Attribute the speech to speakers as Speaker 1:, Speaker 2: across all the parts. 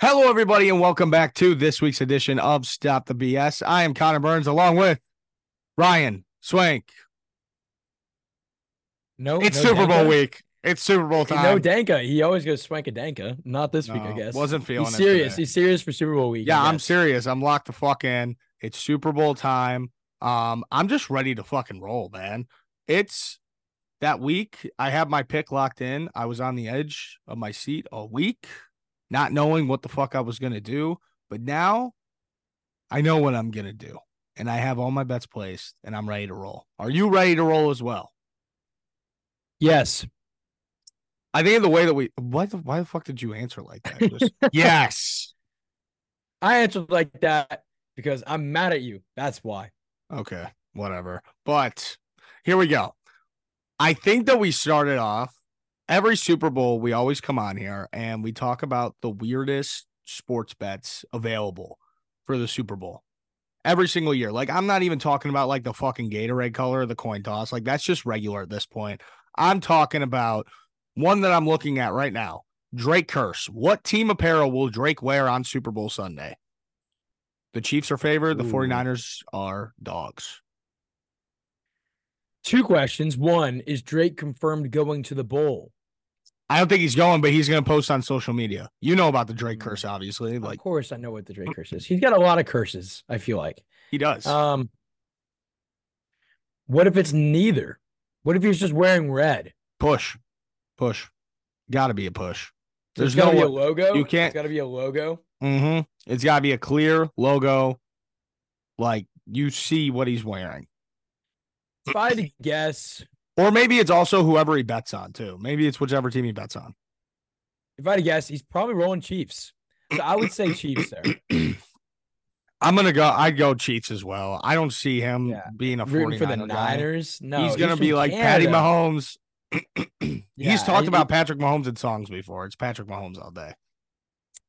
Speaker 1: Hello, everybody, and welcome back to this week's edition of Stop the BS. I am Connor Burns, along with Ryan Swank.
Speaker 2: No,
Speaker 1: It's
Speaker 2: Oh, no
Speaker 1: Super Bowl
Speaker 2: Danka.
Speaker 1: week. It's Super Bowl time.
Speaker 2: No Danka. He always goes swank a Danka. Not this week, I
Speaker 1: No,
Speaker 2: guess.
Speaker 1: Wasn't feeling
Speaker 2: He's
Speaker 1: it
Speaker 2: serious.
Speaker 1: today.
Speaker 2: He's serious for Super Bowl week. I
Speaker 1: Yeah, I'm
Speaker 2: guess.
Speaker 1: serious. I'm locked the fuck in. It's Super Bowl time. Um, I'm just ready to fucking roll, man. It's that week. I have my pick locked in. I was on the edge of my seat all week, not knowing what the fuck I was gonna do. But now I know what I'm gonna do. And I have all my bets placed and I'm ready to roll. Are you ready to roll as well?
Speaker 2: Yes.
Speaker 1: I think the way that we why the why the fuck did you answer like that? Just, yes.
Speaker 2: I answered like that because I'm mad at you. That's why.
Speaker 1: Okay, whatever. But here we go. I think that we started off every Super Bowl. We always come on here and we talk about the weirdest sports bets available for the Super Bowl every single year. Like, I'm not even talking about like the fucking Gatorade color, or the coin toss. Like, that's just regular at this point. I'm talking about one that I'm looking at right now Drake Curse. What team apparel will Drake wear on Super Bowl Sunday? The Chiefs are favored. The
Speaker 2: Ooh.
Speaker 1: 49ers are dogs.
Speaker 2: Two questions. One is Drake confirmed going to the bowl.
Speaker 1: I don't think he's going, but he's going to post on social media. You know about the Drake
Speaker 2: Mm.
Speaker 1: curse, obviously. Like
Speaker 2: of course, I know what the Drake curse is. He's got a lot of curses. I feel like.
Speaker 1: he does.
Speaker 2: Um. What if it's neither? What if he's just wearing red?
Speaker 1: push, push. Got to be a push. There's
Speaker 2: got
Speaker 1: no.
Speaker 2: to be a
Speaker 1: way-
Speaker 2: logo.
Speaker 1: you can't-
Speaker 2: It's got to be a logo.
Speaker 1: Mhm. It's got to be a clear logo. Like you see what he's wearing,
Speaker 2: If I had to guess,
Speaker 1: or maybe it's also whoever he bets on too. Maybe it's whichever team he bets on.
Speaker 2: if I had to guess, he's probably rolling Chiefs. So I would say Chiefs there.
Speaker 1: I'm gonna go. I'd go Chiefs as well. I don't see him
Speaker 2: Yeah.
Speaker 1: being a 49er
Speaker 2: Rooting for the
Speaker 1: guy.
Speaker 2: Niners. No,
Speaker 1: he's gonna
Speaker 2: from
Speaker 1: be like Patty
Speaker 2: Canada.
Speaker 1: Mahomes.
Speaker 2: Yeah,
Speaker 1: he's talked
Speaker 2: I-
Speaker 1: about Patrick Mahomes in songs before. It's Patrick Mahomes all day.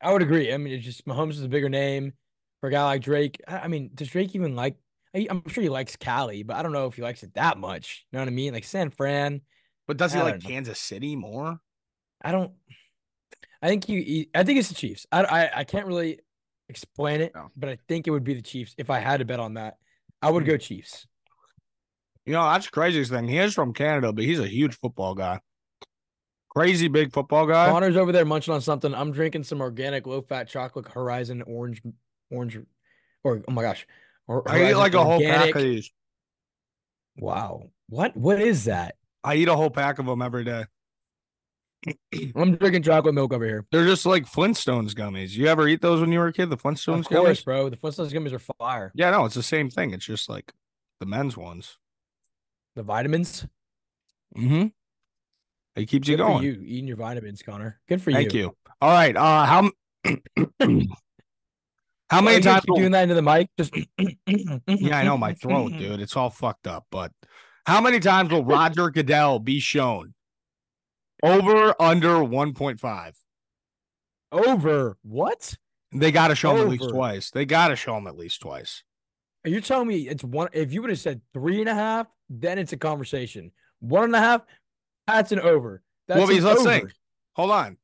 Speaker 2: I would agree. I mean, it's just Mahomes is a bigger name for a guy like Drake. I I mean, does Drake even like? I- I'm sure he likes Cali, but I don't know if he likes it that much. You know what I mean? Like San Fran,
Speaker 1: But does he
Speaker 2: I
Speaker 1: like
Speaker 2: don't know.
Speaker 1: Kansas City more?
Speaker 2: I don't. I think you. he- I think it's the Chiefs. I I, I can't really explain it,
Speaker 1: No. Hmm.
Speaker 2: but I think it would be the Chiefs if I had to bet on that. I would go Chiefs.
Speaker 1: You know, that's the craziest thing. He is from Canada, but he's a huge football guy. Crazy big football guy.
Speaker 2: Connor's over there munching on something. I'm drinking some organic low fat chocolate Horizon orange, orange, or oh my gosh, or
Speaker 1: I eat
Speaker 2: Horizon
Speaker 1: like a whole
Speaker 2: organic-
Speaker 1: pack of these.
Speaker 2: Wow, what what is that?
Speaker 1: I eat a whole pack of them every day.
Speaker 2: I'm drinking chocolate milk over here.
Speaker 1: They're just like Flintstones gummies. You ever eat those when you were a kid? The Flintstones
Speaker 2: of course,
Speaker 1: gummies?
Speaker 2: bro. The Flintstones gummies are fire.
Speaker 1: Yeah, no, it's the same thing. It's just like the men's ones.
Speaker 2: The vitamins.
Speaker 1: Mm-hmm. It keeps you
Speaker 2: Good
Speaker 1: going.
Speaker 2: for you eating your vitamins, Connor. Good for
Speaker 1: Thank you. All right. Uh, how m- how
Speaker 2: Why
Speaker 1: many
Speaker 2: you gonna
Speaker 1: times?
Speaker 2: keep doing that into the mic? Just
Speaker 1: yeah, I know my throat, dude. It's all fucked up. But how many times will Roger Goodell be shown? Over under one point five.
Speaker 2: Over what?
Speaker 1: They got to show him at least
Speaker 2: Over.
Speaker 1: twice. They got to show him at least twice.
Speaker 2: Are you telling me it's one? If you would have said three and a half, then it's a conversation. One and a half, that's an over. That's
Speaker 1: Well, because
Speaker 2: an
Speaker 1: let's
Speaker 2: over.
Speaker 1: think. Hold on.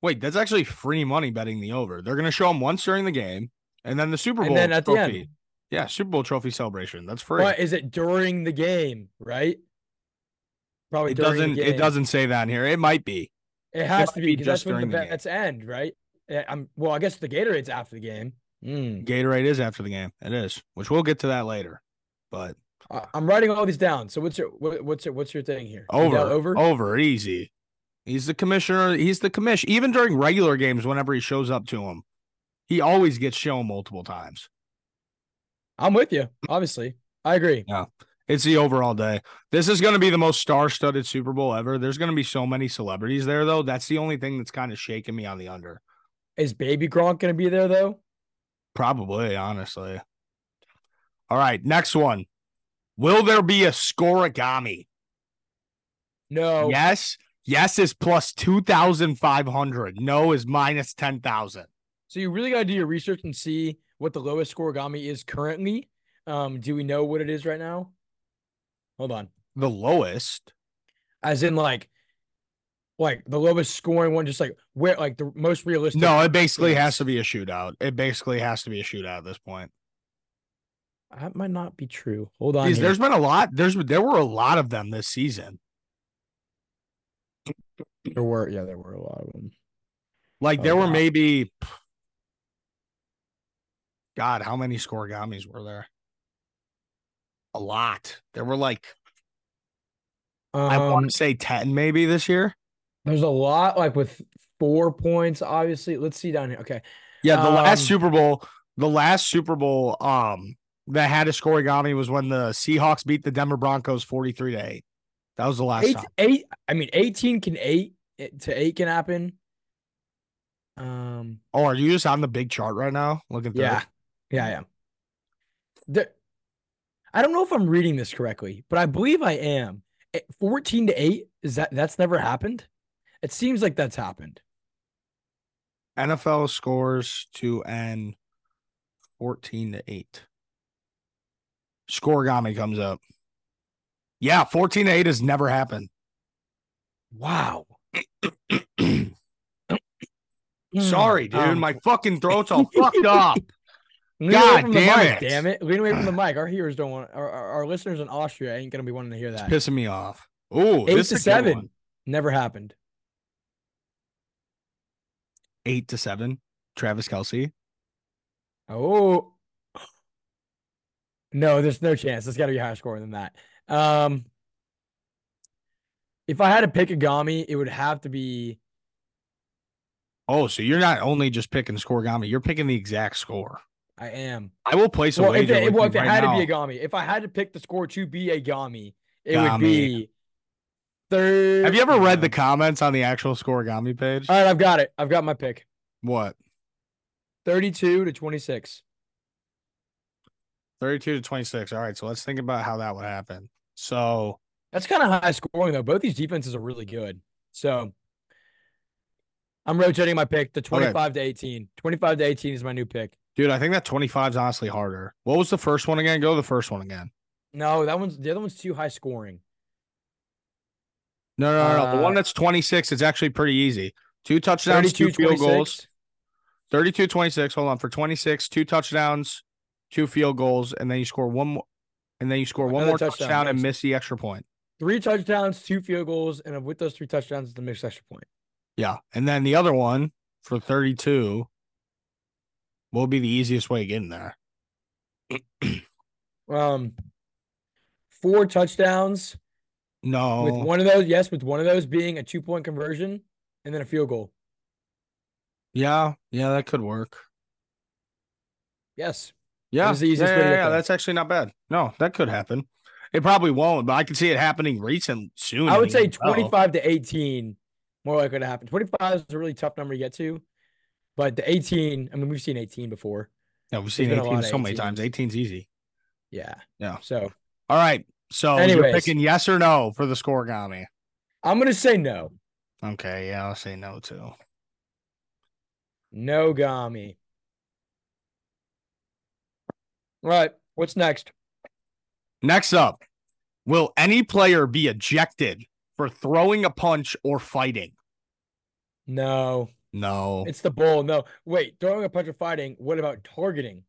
Speaker 1: Wait, that's actually free money betting the over. They're gonna show him once during the game, and then the Super Bowl
Speaker 2: And then at the
Speaker 1: trophy.
Speaker 2: end,
Speaker 1: Yeah, Super Bowl trophy celebration. That's free.
Speaker 2: But is it during the game, right? Probably
Speaker 1: it
Speaker 2: Oh, during the
Speaker 1: doesn't. It
Speaker 2: game.
Speaker 1: doesn't say that in here. It might be.
Speaker 2: It has
Speaker 1: might
Speaker 2: to
Speaker 1: be
Speaker 2: be because
Speaker 1: just
Speaker 2: that's when the
Speaker 1: during the game.
Speaker 2: bets end, right? Yeah, I'm well. I guess the Gatorade's after the game. Mm.
Speaker 1: Gatorade is after the game. It is, which we'll get to that later. But
Speaker 2: I- I'm writing all these down. So what's your what, what's your what's your thing here? Goodell
Speaker 1: over, Oh.
Speaker 2: over.
Speaker 1: over, easy. He's the commissioner. He's the commission. Even during regular games, whenever he shows up to him, he always gets shown multiple times.
Speaker 2: I'm with you. Obviously, I agree.
Speaker 1: It's the overall day. This is going to be the most star-studded Super Bowl ever. There's going to be so many celebrities there, though. That's the only thing that's kind of shaking me on the under.
Speaker 2: Is Baby Gronk going to be there though?
Speaker 1: Probably, honestly. All right, next one. Will there be a scorigami?
Speaker 2: No.
Speaker 1: Yes. Yes is plus 2,500. No is minus 10,000.
Speaker 2: So you really got to do your research and see what the lowest scoregami is currently. Um, do we know what it is right now? Hold on.
Speaker 1: The lowest.
Speaker 2: As in, like, like the lowest scoring one, just like where like the most realistic.
Speaker 1: No, it basically has to be a shootout. It basically has to be a shootout at this point.
Speaker 2: That might not be true. Hold on.
Speaker 1: Jeez,
Speaker 2: here.
Speaker 1: there's been a lot. There's there were a lot of them this season.
Speaker 2: there were yeah, there were a lot of them.
Speaker 1: Like
Speaker 2: Oh,
Speaker 1: there were
Speaker 2: wow.
Speaker 1: maybe God, how many scoregamis were there? A lot. There were like I
Speaker 2: Um,
Speaker 1: want to say 10 maybe this year.
Speaker 2: there's a lot like with four points. Obviously, let's see down here. Okay,
Speaker 1: Yeah, the last
Speaker 2: Um,
Speaker 1: Super Bowl, the last Super Bowl um that had a scoregami was when the Seahawks beat the Denver Broncos 43 to 8. That was the last
Speaker 2: eight,
Speaker 1: time.
Speaker 2: eight. I mean, eighteen can eight it- to eight can happen. Um,
Speaker 1: Oh, are you just on the big chart right now? Looking through.
Speaker 2: yeah,
Speaker 1: it?
Speaker 2: yeah, yeah. There, I don't know if I'm reading this correctly, but I believe I am. Eh, Fourteen to eight is that? That's never happened. It seems like that's happened.
Speaker 1: NFL scores to end 14 to 8. Scoregami comes up. Yeah, 14 to 8 has never happened.
Speaker 2: Wow.
Speaker 1: Sorry, Hmm.
Speaker 2: Mm,
Speaker 1: dude.
Speaker 2: um,
Speaker 1: My fucking throat's all fucked up.
Speaker 2: Lean away
Speaker 1: God
Speaker 2: from the
Speaker 1: damn
Speaker 2: mic,
Speaker 1: it.
Speaker 2: Damn it. Lean away from the mic. Our hearers don't want our, our, our listeners in Austria ain't gonna be wanting to hear
Speaker 1: It's
Speaker 2: that.
Speaker 1: pissing me off. Oh,
Speaker 2: Eight
Speaker 1: this
Speaker 2: to
Speaker 1: is a good
Speaker 2: seven.
Speaker 1: one.
Speaker 2: Never happened.
Speaker 1: Eight to seven. Travis Kelsey.
Speaker 2: Oh no, there's no chance. That's gotta be higher scoring than that. Um if I had to pick a Gami, it would have to be
Speaker 1: Oh, so you're not only just picking scoregami, you're picking the exact score.
Speaker 2: I am.
Speaker 1: I will place a
Speaker 2: well, if
Speaker 1: wager.
Speaker 2: it,
Speaker 1: with
Speaker 2: well,
Speaker 1: you
Speaker 2: if it
Speaker 1: right
Speaker 2: had
Speaker 1: now.
Speaker 2: to be a Gami, if I had to pick the score to be a Gami, it
Speaker 1: Gami.
Speaker 2: would be third.
Speaker 1: Have you ever read the
Speaker 2: Um,
Speaker 1: comments on the actual scoregami page?
Speaker 2: All right, I've got it. I've got my pick.
Speaker 1: what?
Speaker 2: 32 to 26.
Speaker 1: 32 to 26. All right. So let's think about how that would happen. So
Speaker 2: That's kind of high scoring, though. Both these defenses are really good. So I'm rotating my pick to 25 to 18. 25 to 18 is my new pick.
Speaker 1: Dude, I think that 25 is honestly harder. What was the first one again? Go to the first one again.
Speaker 2: No, that one's the other one's too high scoring.
Speaker 1: No, no, no. no. the one
Speaker 2: Uh,
Speaker 1: that's 26 is actually pretty easy. Two touchdowns, two
Speaker 2: 32
Speaker 1: field
Speaker 2: 26.
Speaker 1: goals. 32 26. Hold on. For 26, two touchdowns, two field goals, and then you score one more. And then you score one
Speaker 2: Another
Speaker 1: more touchdown,
Speaker 2: touchdown,
Speaker 1: and
Speaker 2: yes.
Speaker 1: miss the extra point.
Speaker 2: Three touchdowns, two field goals, and with those three touchdowns, it's a mixed extra point.
Speaker 1: Yeah. And then the other one for 32 will be the easiest way to get in there.
Speaker 2: Um, four touchdowns
Speaker 1: No.
Speaker 2: with one of those. Yes, with one of those being a two point conversion and then a field goal.
Speaker 1: Yeah. Yeah. That could work.
Speaker 2: Yes,
Speaker 1: Yeah,
Speaker 2: was the easiest
Speaker 1: yeah,
Speaker 2: way to
Speaker 1: yeah,
Speaker 2: get
Speaker 1: yeah,
Speaker 2: there.
Speaker 1: that's actually not bad. No, that could happen. It probably won't, but I could see it happening recent soon.
Speaker 2: I would say
Speaker 1: mean, oh.
Speaker 2: 25 to 18 more likely to happen. 25 is a really tough number to get to, but the 18, I mean, we've seen 18 before.
Speaker 1: Yeah, we've seen
Speaker 2: been a lot
Speaker 1: 18
Speaker 2: of
Speaker 1: so many times.
Speaker 2: 18s.
Speaker 1: 18's easy.
Speaker 2: Yeah.
Speaker 1: Yeah.
Speaker 2: So
Speaker 1: All right. So you're
Speaker 2: Anyways.
Speaker 1: picking yes or no for the scoregami.
Speaker 2: I'm going to say no.
Speaker 1: Okay, yeah, I'll say no too.
Speaker 2: No Gami. All right. What's next?
Speaker 1: Next up, will any player be ejected for throwing a punch or fighting?
Speaker 2: No.
Speaker 1: No.
Speaker 2: It's the bull. No. Wait. Throwing a punch or fighting. What about targeting?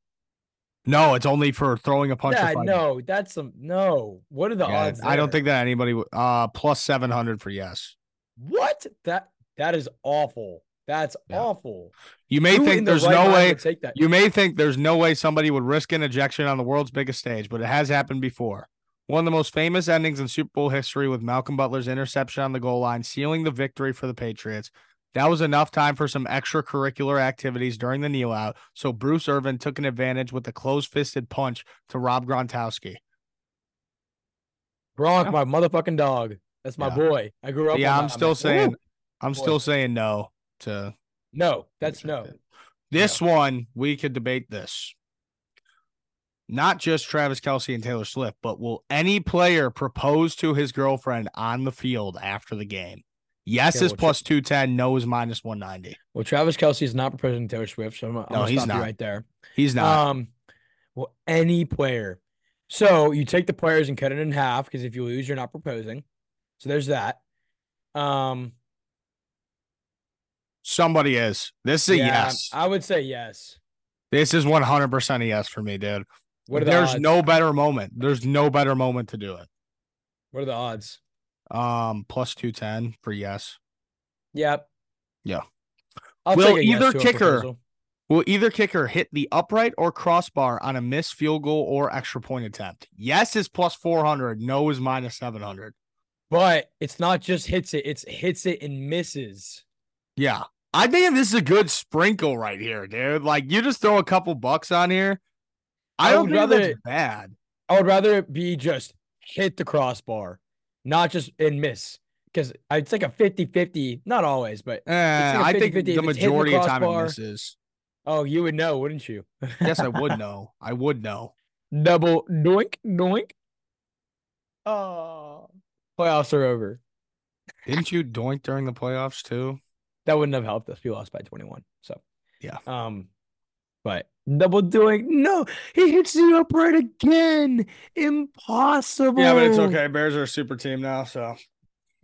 Speaker 1: no, it's only for throwing a punch or
Speaker 2: yeah.
Speaker 1: fighting.
Speaker 2: No. That's some. No. What are the
Speaker 1: Yeah,
Speaker 2: odds?
Speaker 1: I don't
Speaker 2: there?
Speaker 1: think that anybody would uh plus 700 for yes.
Speaker 2: What? That. That is awful. That's
Speaker 1: Yeah.
Speaker 2: awful.
Speaker 1: You may
Speaker 2: Who in
Speaker 1: think
Speaker 2: their
Speaker 1: there's
Speaker 2: right
Speaker 1: no
Speaker 2: mind
Speaker 1: way
Speaker 2: would take that.
Speaker 1: You may think there's no way somebody would risk an ejection on the world's biggest stage, but it has happened before. One of the most famous endings in Super Bowl history with Malcolm Butler's interception on the goal line, sealing the victory for the Patriots. That was enough time for some extracurricular activities during the kneel out, so Bruce Irvin took an advantage with a closed fisted punch to Rob Gronkowski.
Speaker 2: Gronk,
Speaker 1: Yeah.
Speaker 2: my motherfucking dog. That's my
Speaker 1: Yeah.
Speaker 2: boy. I grew up.
Speaker 1: Yeah,
Speaker 2: on
Speaker 1: I'm
Speaker 2: that,
Speaker 1: still
Speaker 2: man.
Speaker 1: saying,
Speaker 2: Woo!
Speaker 1: I'm
Speaker 2: Boy.
Speaker 1: still saying no to
Speaker 2: no. That's no.
Speaker 1: Rejected. This one, we could debate this. Not just Travis Kelsey and Taylor Swift, but will any player propose to his girlfriend on the field after the game? Yes
Speaker 2: Okay,
Speaker 1: is
Speaker 2: well, Tra-
Speaker 1: plus 210. No is minus 190.
Speaker 2: Well, Travis Kelsey is not proposing to Taylor Swift, so I'm, I'm
Speaker 1: No,
Speaker 2: gonna
Speaker 1: he's
Speaker 2: stop
Speaker 1: not.
Speaker 2: you right there.
Speaker 1: He's not.
Speaker 2: Um, well, any player. So you take the players and cut it in half because if you lose, you're not proposing. So there's that. Um,
Speaker 1: Somebody is. This is a
Speaker 2: Yeah,
Speaker 1: yes.
Speaker 2: I would say yes.
Speaker 1: This is 100% a yes for me, dude.
Speaker 2: What are the
Speaker 1: There's
Speaker 2: odds?
Speaker 1: no better moment. There's no better moment to do it.
Speaker 2: What are the odds?
Speaker 1: Um, plus 210 for yes.
Speaker 2: Yep.
Speaker 1: Yeah.
Speaker 2: I'll
Speaker 1: Will
Speaker 2: take a yes
Speaker 1: either
Speaker 2: to a
Speaker 1: kicker-
Speaker 2: proposal.
Speaker 1: Will either kicker hit the upright or crossbar on a missed field goal or extra point attempt? Yes is plus 400. No is minus 700.
Speaker 2: But it's not just hits it, it's hits it and misses.
Speaker 1: Yeah. I think this is a good sprinkle right here, dude. Like you just throw a couple bucks on here. I
Speaker 2: I
Speaker 1: don't
Speaker 2: would
Speaker 1: think
Speaker 2: rather-
Speaker 1: that's bad.
Speaker 2: I would rather it be just hit the crossbar, not just and miss. Because it's like a 50 50, not always, but
Speaker 1: Eh,
Speaker 2: like
Speaker 1: I think
Speaker 2: 50-50.
Speaker 1: the
Speaker 2: If it's hitting the
Speaker 1: majority of time it
Speaker 2: crossbar-
Speaker 1: misses.
Speaker 2: oh, you would know, wouldn't you?
Speaker 1: Yes, I would know. I would know.
Speaker 2: Double doink, doink. Oh, playoffs are over.
Speaker 1: Didn't you doink during the playoffs too?
Speaker 2: That wouldn't have helped us. We lost by 21. So,
Speaker 1: Yeah.
Speaker 2: Um, but double doink. No, he hits it upright again. Impossible.
Speaker 1: Bears are a super team now, so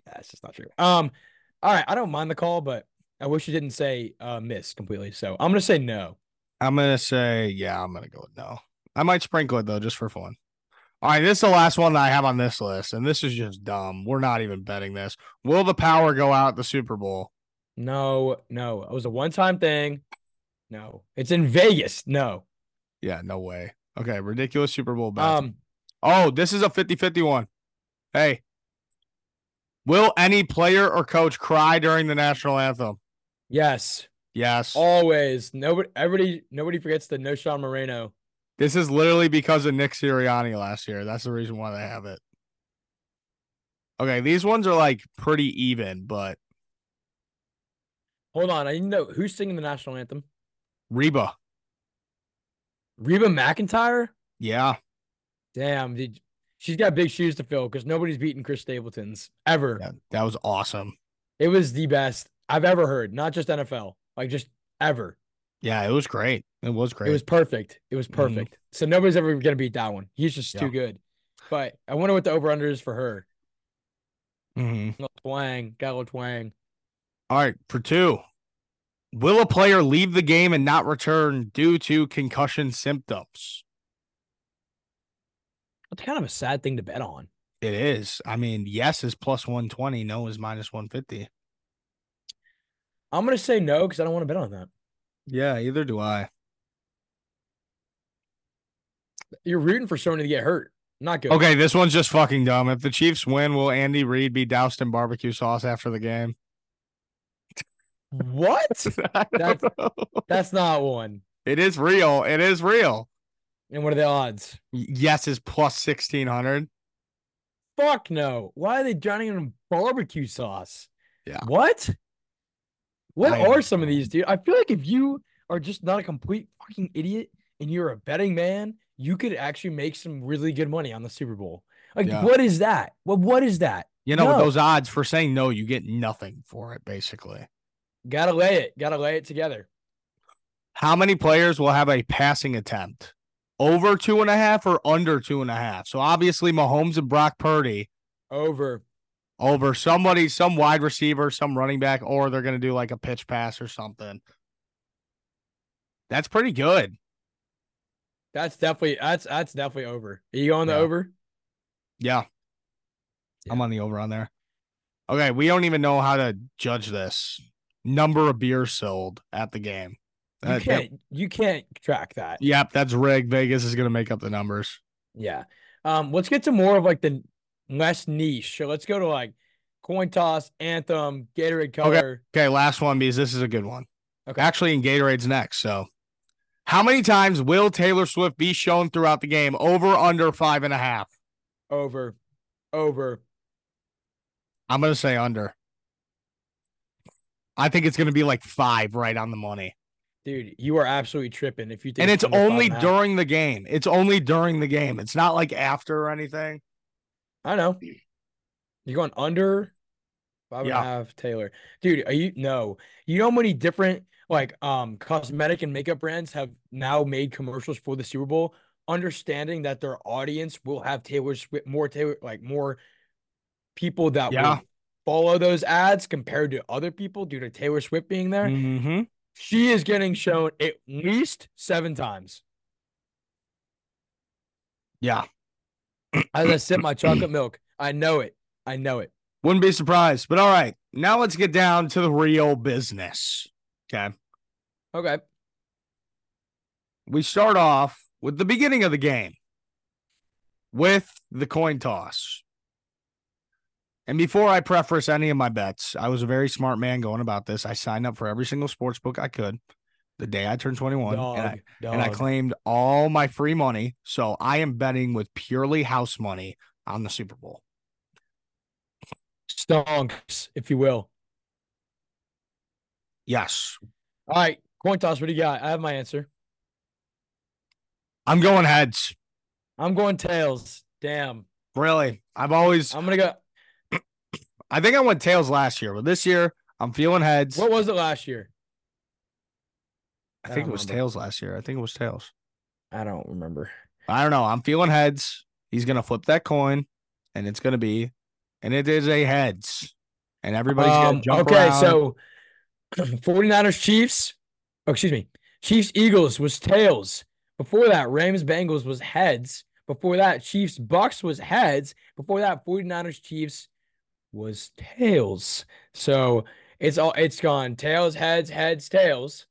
Speaker 2: That's just not true. Um, all right. I don't mind the call, but I wish you didn't say uh miss completely. So I'm gonna say no.
Speaker 1: I'm gonna say, yeah, I'm gonna go with no. I might sprinkle it though, just for fun. All right, this is the last one that I have on this list, and this is just dumb. We're not even betting this. Will the power go out at the Super Bowl?
Speaker 2: No, no. It was a one time thing. No. It's in Vegas. No.
Speaker 1: Yeah, no way. Okay, ridiculous Super Bowl bet.
Speaker 2: Um,
Speaker 1: oh, this is a 50-50 one. Hey, will any player or coach cry during the national anthem?
Speaker 2: yes.
Speaker 1: Yes.
Speaker 2: Always. Nobody everybody nobody forgets the no Sean Moreno.
Speaker 1: This is literally because of Nick Sirianni last year. That's the reason why they have it. Okay, these ones are like pretty even, but
Speaker 2: Hold on. I didn't know who's singing the national anthem.
Speaker 1: Reba,
Speaker 2: Reba McIntyre?
Speaker 1: yeah,
Speaker 2: Damn, dude. She's got big shoes to fill because nobody's beaten Chris Stapleton's ever.
Speaker 1: that, that was awesome.
Speaker 2: It was the best I've ever heard, not just NFL, like just ever.
Speaker 1: Yeah, it was great. It was great.
Speaker 2: It was perfect. It was
Speaker 1: Mhm.
Speaker 2: perfect. So nobody's ever gonna beat that one. He's just
Speaker 1: Yeah.
Speaker 2: too good. But I wonder what the over under is for her.
Speaker 1: Mhm.
Speaker 2: Little twang, got a little twang.
Speaker 1: All right, for two, will a player leave the game and not return due to concussion symptoms?
Speaker 2: That's kind of a sad thing to bet on.
Speaker 1: It is. I mean, yes is plus one twenty. No is minus one fifty.
Speaker 2: I'm gonna say no because I don't want to bet on that.
Speaker 1: Yeah, either do I.
Speaker 2: You're rooting for someone to get hurt. Not good.
Speaker 1: Okay, this one's just fucking dumb. If the Chiefs win, will Andy Reid be doused in barbecue sauce after the game?
Speaker 2: What?
Speaker 1: I don't
Speaker 2: That's-
Speaker 1: know.
Speaker 2: That's not one.
Speaker 1: It is real. It is real.
Speaker 2: And what are the odds?
Speaker 1: Y- Yes is plus sixteen hundred.
Speaker 2: Fuck no. Why are they drowning him in barbecue sauce?
Speaker 1: Yeah.
Speaker 2: What? What
Speaker 1: I
Speaker 2: are
Speaker 1: don't
Speaker 2: some of
Speaker 1: know.
Speaker 2: these, dude? I feel like if you are just not a complete fucking idiot and you're a betting man, you could actually make some really good money on the Super Bowl. Like,
Speaker 1: Yeah.
Speaker 2: what is that? What what is that?
Speaker 1: You know, with
Speaker 2: No.
Speaker 1: those odds for saying no, you get nothing for it, basically.
Speaker 2: Gotta lay it. Gotta lay it together.
Speaker 1: How many players will have a passing attempt? Over two and a half or under two and a half? So obviously Mahomes and Brock Purdy
Speaker 2: Over.
Speaker 1: over somebody, some wide receiver, some running back, or they're gonna do like a pitch pass or something. That's pretty good.
Speaker 2: That's definitely that's that's definitely over. Are you on the
Speaker 1: Yeah.
Speaker 2: over?
Speaker 1: Yeah. I'm
Speaker 2: Yeah.
Speaker 1: on the over on there. Okay, we don't even know how to judge this. Number of beers sold at the game.
Speaker 2: You
Speaker 1: That- that-
Speaker 2: can't you can't track that.
Speaker 1: yep, that's rigged. Vegas is going to make up the numbers.
Speaker 2: Yeah. Um, let's get to more of like the less niche. So let's go to like coin toss, anthem, Gatorade color.
Speaker 1: Okay, last one because this is a good one.
Speaker 2: Okay.
Speaker 1: Actually, in Gatorade's next. So, how many times will Taylor Swift be shown throughout the game? Over, under five and a half.
Speaker 2: Over, over.
Speaker 1: I'm going to say under. I think it's going to be like five right on the money.
Speaker 2: Dude, you are absolutely tripping if you think
Speaker 1: and it's
Speaker 2: under five
Speaker 1: only
Speaker 2: and a half.
Speaker 1: during the game. It's only during the game. It's not like after or anything.
Speaker 2: I know. You're going under five and a half
Speaker 1: Yeah.
Speaker 2: Taylor. Dude, are you no. You know how many different like um cosmetic and makeup brands have now made commercials for the Super Bowl, understanding that their audience will have Taylor Swift more Taylor like more people that
Speaker 1: Yeah.
Speaker 2: will follow those ads compared to other people due to Taylor Swift being there,
Speaker 1: Mm-hmm.
Speaker 2: she is getting shown at least seven times.
Speaker 1: Yeah.
Speaker 2: As I sip my chocolate milk, I know it. I know it.
Speaker 1: Wouldn't be surprised. But all right. Now let's get down to the real business. Okay.
Speaker 2: Okay.
Speaker 1: We start off with the beginning of the game with the coin toss. And before I preface any of my bets, I was a very smart man going about this. I signed up for every single sports book I could the day I turned 21.
Speaker 2: Dog,
Speaker 1: and I- and I
Speaker 2: dog.
Speaker 1: claimed all my free money. So I am betting with purely house money on the Super Bowl.
Speaker 2: stonks, if you will.
Speaker 1: Yes.
Speaker 2: All right, coin toss. What do you got? I have my answer.
Speaker 1: I'm going heads.
Speaker 2: I'm going tails. Damn.
Speaker 1: Really. I've always,
Speaker 2: I'm gonna go.
Speaker 1: I think I went tails last year, but this year I'm feeling heads.
Speaker 2: What was it last year?
Speaker 1: I think it was
Speaker 2: remember.
Speaker 1: tails last year. I think it was tails.
Speaker 2: I don't remember.
Speaker 1: I don't know. I'm feeling heads. He's going to flip that coin and it's going to be, and it is a heads. And everybody's going
Speaker 2: Um,
Speaker 1: to jump
Speaker 2: okay,
Speaker 1: around.
Speaker 2: so 49ers Chiefs. Oh, excuse me. Chiefs Eagles was tails. Before that, Rams Bengals was heads. Before that, Chiefs Bucks was heads. Before that, 49ers Chiefs was tails. So it's all it's gone tails, heads, heads, tails.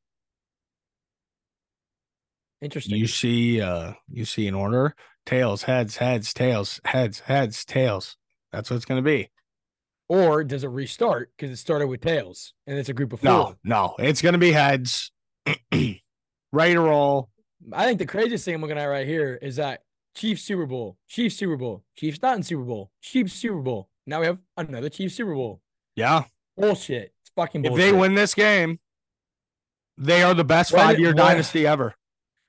Speaker 2: Interesting.
Speaker 1: you see, uh, you see an order tails, heads, heads, tails, heads, heads, tails. That's what it's going to be.
Speaker 2: or does it restart because it started with tails and it's a group of four?
Speaker 1: No, no, it's gonna be heads. Ready to roll.
Speaker 2: I think the craziest thing I'm looking at right here is that Chiefs Super Bowl, Chiefs Super Bowl, Chiefs not in Super Bowl, Chiefs Super Bowl. Now we have another Chiefs Super Bowl.
Speaker 1: Yeah.
Speaker 2: Bullshit. It's fucking
Speaker 1: If
Speaker 2: bullshit.
Speaker 1: they win this game, they are the best
Speaker 2: Why did-
Speaker 1: five year
Speaker 2: why-
Speaker 1: dynasty ever.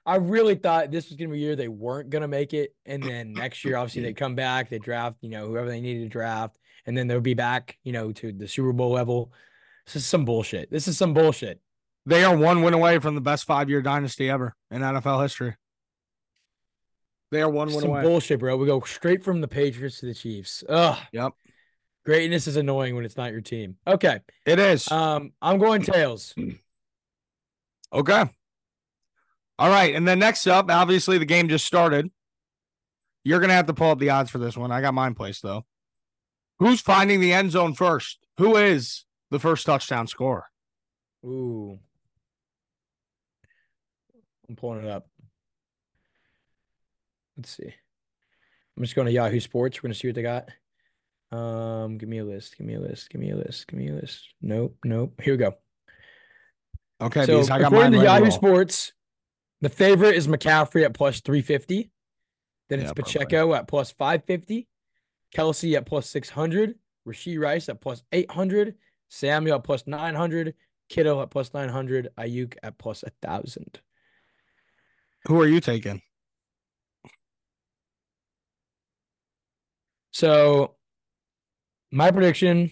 Speaker 2: I really thought this was gonna be a year they weren't gonna make it, and then next year, obviously, they come back, they draft, you know, whoever they needed to draft, and then they'll be back, you know, to the Super Bowl level. This is some bullshit. This is some bullshit.
Speaker 1: They are one win away from the best five year dynasty ever in NFL history. They are one win
Speaker 2: some
Speaker 1: away.
Speaker 2: bullshit, bro. We go straight from the Patriots to the Chiefs. Ugh.
Speaker 1: Yep.
Speaker 2: Greatness is annoying when it's not your team. Okay.
Speaker 1: it is.
Speaker 2: Um, I'm going tails.
Speaker 1: okay. All right. And then next up, obviously the game just started. You're gonna have to pull up the odds for this one. I got mine placed though. Who's finding the end zone first? Who is the first touchdown scorer?
Speaker 2: Ooh. I'm pulling it up. Let's see. I'm just going to Yahoo Sports. We're going to see what they got. Um, give me a list. Give me a list. Give me a list. Give me a list. Nope. Nope. Here we go.
Speaker 1: Okay,
Speaker 2: So
Speaker 1: because I got mine.
Speaker 2: according
Speaker 1: ready
Speaker 2: to
Speaker 1: to
Speaker 2: Yahoo
Speaker 1: roll.
Speaker 2: Sports, the favorite is McCaffrey at plus 350. Then it's
Speaker 1: Yeah, probably.
Speaker 2: Pacheco at plus 550. Kelsey at plus 600. Rasheed Rice at plus 800. Samuel at plus 900. Kittle at plus 900. Ayuk at plus 1,000.
Speaker 1: Who are you taking?
Speaker 2: So my prediction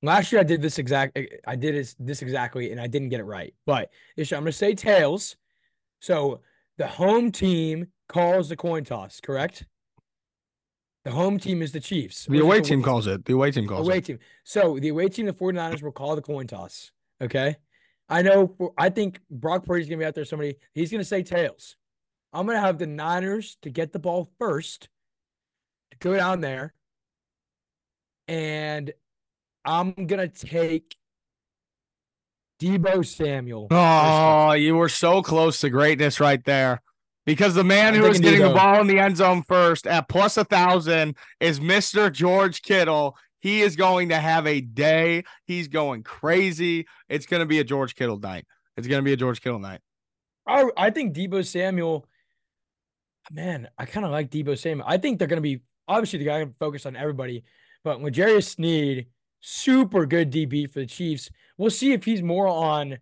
Speaker 2: last year I did this exact I did this, this exactly and I didn't get it right. But this year I'm gonna say tails. So the home team calls the coin toss, correct? The home team is the Chiefs. or
Speaker 1: The
Speaker 2: is it
Speaker 1: away team calls it. The away team calls
Speaker 2: away
Speaker 1: it.
Speaker 2: team. So the away team, the 49ers will call the coin toss. Okay. I know for- I think Brock Purdy's gonna be out there. Somebody he's gonna say tails. I'm gonna have the Niners to get the ball first, to go down there, and I'm gonna take Debo Samuel. first touchdown.
Speaker 1: Oh, you were so close to greatness right there. Because the man
Speaker 2: I'm
Speaker 1: who is
Speaker 2: taking
Speaker 1: getting the
Speaker 2: Debo.
Speaker 1: ball in the end zone first at plus a thousand is Mr. George Kittle. He is going to have a day. He's going crazy. It's going to be a George Kittle night. It's going to be a George Kittle night.
Speaker 2: I, I think Debo Samuel, man, I kind of like Debo Samuel. I think they're going to be obviously the guy can focus on everybody, but Legarius Sneed, super good DB for the Chiefs. We'll see if he's more on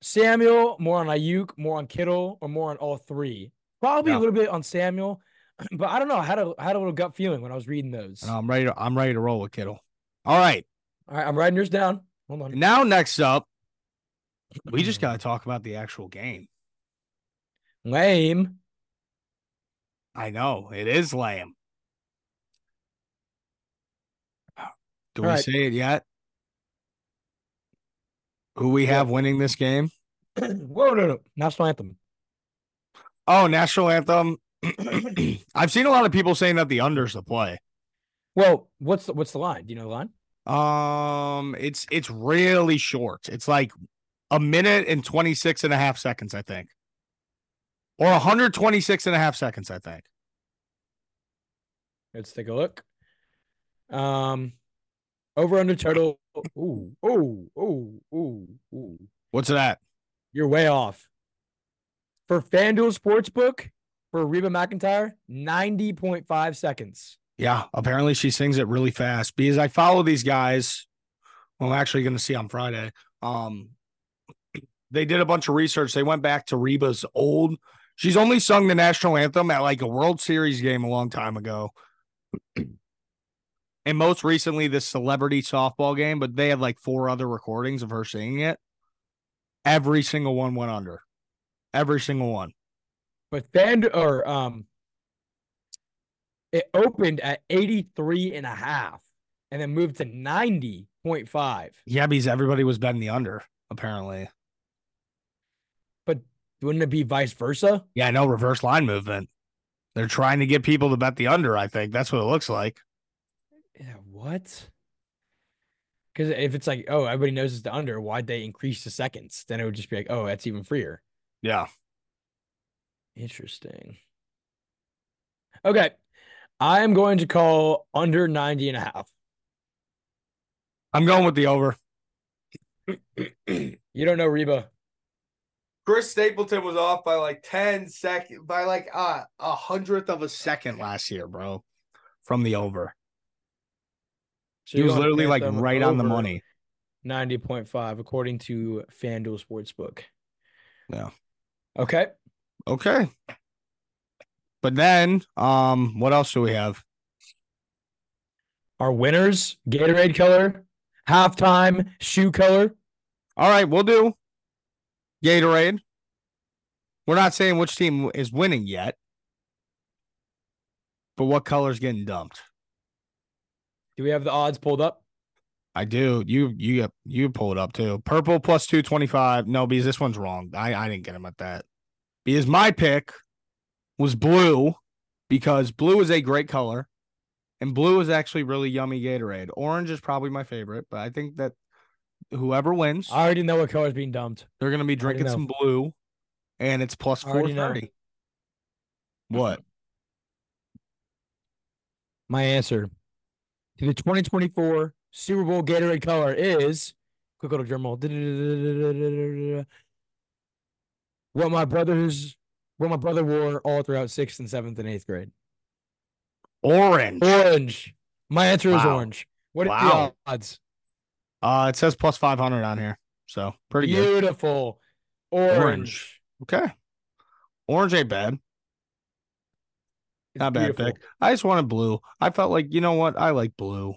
Speaker 2: Samuel, more on Ayuk, more on Kittle, or more on all three. Probably
Speaker 1: Yeah.
Speaker 2: a little bit on Samuel, but I don't know. I had a I had a little gut feeling when I was reading those.
Speaker 1: And I'm ready. To, I'm ready to roll with Kittle. All right.
Speaker 2: All right, I'm writing yours down. Hold on.
Speaker 1: Now, next up, we just got to talk about the actual game.
Speaker 2: lame.
Speaker 1: I know it is lame. Do
Speaker 2: All
Speaker 1: we
Speaker 2: right.
Speaker 1: say it yet? Who we have winning this game?
Speaker 2: Whoa, no, no, national anthem.
Speaker 1: Oh, national anthem. I've seen a lot of people saying that the under's the play.
Speaker 2: Well, what's the, what's the line? Do you know the line?
Speaker 1: Um, it's it's really short. It's like a minute and 26 and a half seconds, I think. Or 126 and a half seconds, I think.
Speaker 2: Let's take a look. Um, over under total. Ooh, ooh, ooh, ooh, ooh.
Speaker 1: What's that?
Speaker 2: You're way off. For FanDuel Sportsbook, for Reba McIntyre, 90.5 seconds.
Speaker 1: Yeah, apparently she sings it really fast because I follow these guys. Well, I'm actually going to see on Friday. Um, they did a bunch of research. They went back to Reba's old. She's only sung the national anthem at like a World Series game a long time ago, and most recently this celebrity softball game. But they had like four other recordings of her singing it. Every single one went under. Every single one.
Speaker 2: But Fan or um it opened at 83 and a half and then moved to 90.5.
Speaker 1: Yeah, because everybody was betting the under. Apparently.
Speaker 2: Wouldn't it be vice versa?
Speaker 1: Yeah, no reverse line movement. They're trying to get people to bet the under. I think that's what it looks like.
Speaker 2: Yeah, what? Because if it's like, oh, everybody knows it's the under, why'd they increase the seconds? Then it would just be like, oh, that's even freer.
Speaker 1: Yeah,
Speaker 2: Interesting. Okay. I am going to call under 90 and a half.
Speaker 1: I'm going with the over.
Speaker 2: You don't know Reba.
Speaker 1: Chris Stapleton was off by like ten second, by like uh, a hundredth of a second last year, bro, from the over.
Speaker 2: So
Speaker 1: He
Speaker 2: you're
Speaker 1: was
Speaker 2: going
Speaker 1: literally like
Speaker 2: Anthem
Speaker 1: right on the
Speaker 2: over
Speaker 1: money.
Speaker 2: 90.5, according to FanDuel Sportsbook.
Speaker 1: Yeah.
Speaker 2: Okay.
Speaker 1: Okay. But then, um, what else do we have?
Speaker 2: Our winners Gatorade color, halftime, shoe color.
Speaker 1: All right, we'll do Gatorade. We're not saying which team is winning yet, but what color's getting dumped?
Speaker 2: Do we have the odds pulled up?
Speaker 1: I do. You you got you pull it up too. Purple plus two twenty five. No, because this one's wrong. I I didn't get him at that. Because my pick was blue, because blue is a great color, and blue is actually really yummy Gatorade. Orange is probably my favorite, but I think that whoever wins,
Speaker 2: I already know what color is being dumped.
Speaker 1: they're gonna be
Speaker 2: already
Speaker 1: drinking some blue, and it's plus
Speaker 2: I
Speaker 1: four
Speaker 2: already know.
Speaker 1: thirty. What?
Speaker 2: My answer to the 2024 Super Bowl Gatorade color is quick little drum roll. What my brothers, what my brother wore all throughout sixth and seventh and eighth grade.
Speaker 1: Orange.
Speaker 2: Orange. My answer is
Speaker 1: Wow.
Speaker 2: orange. What are
Speaker 1: Wow.
Speaker 2: the odds?
Speaker 1: Uh, it says plus five hundred on here, so pretty good.
Speaker 2: Beautiful. Orange.
Speaker 1: Orange. Okay, orange ain't bad.
Speaker 2: It's
Speaker 1: Not bad
Speaker 2: beautiful.
Speaker 1: pick. I just wanted blue. I felt like you know what I like blue.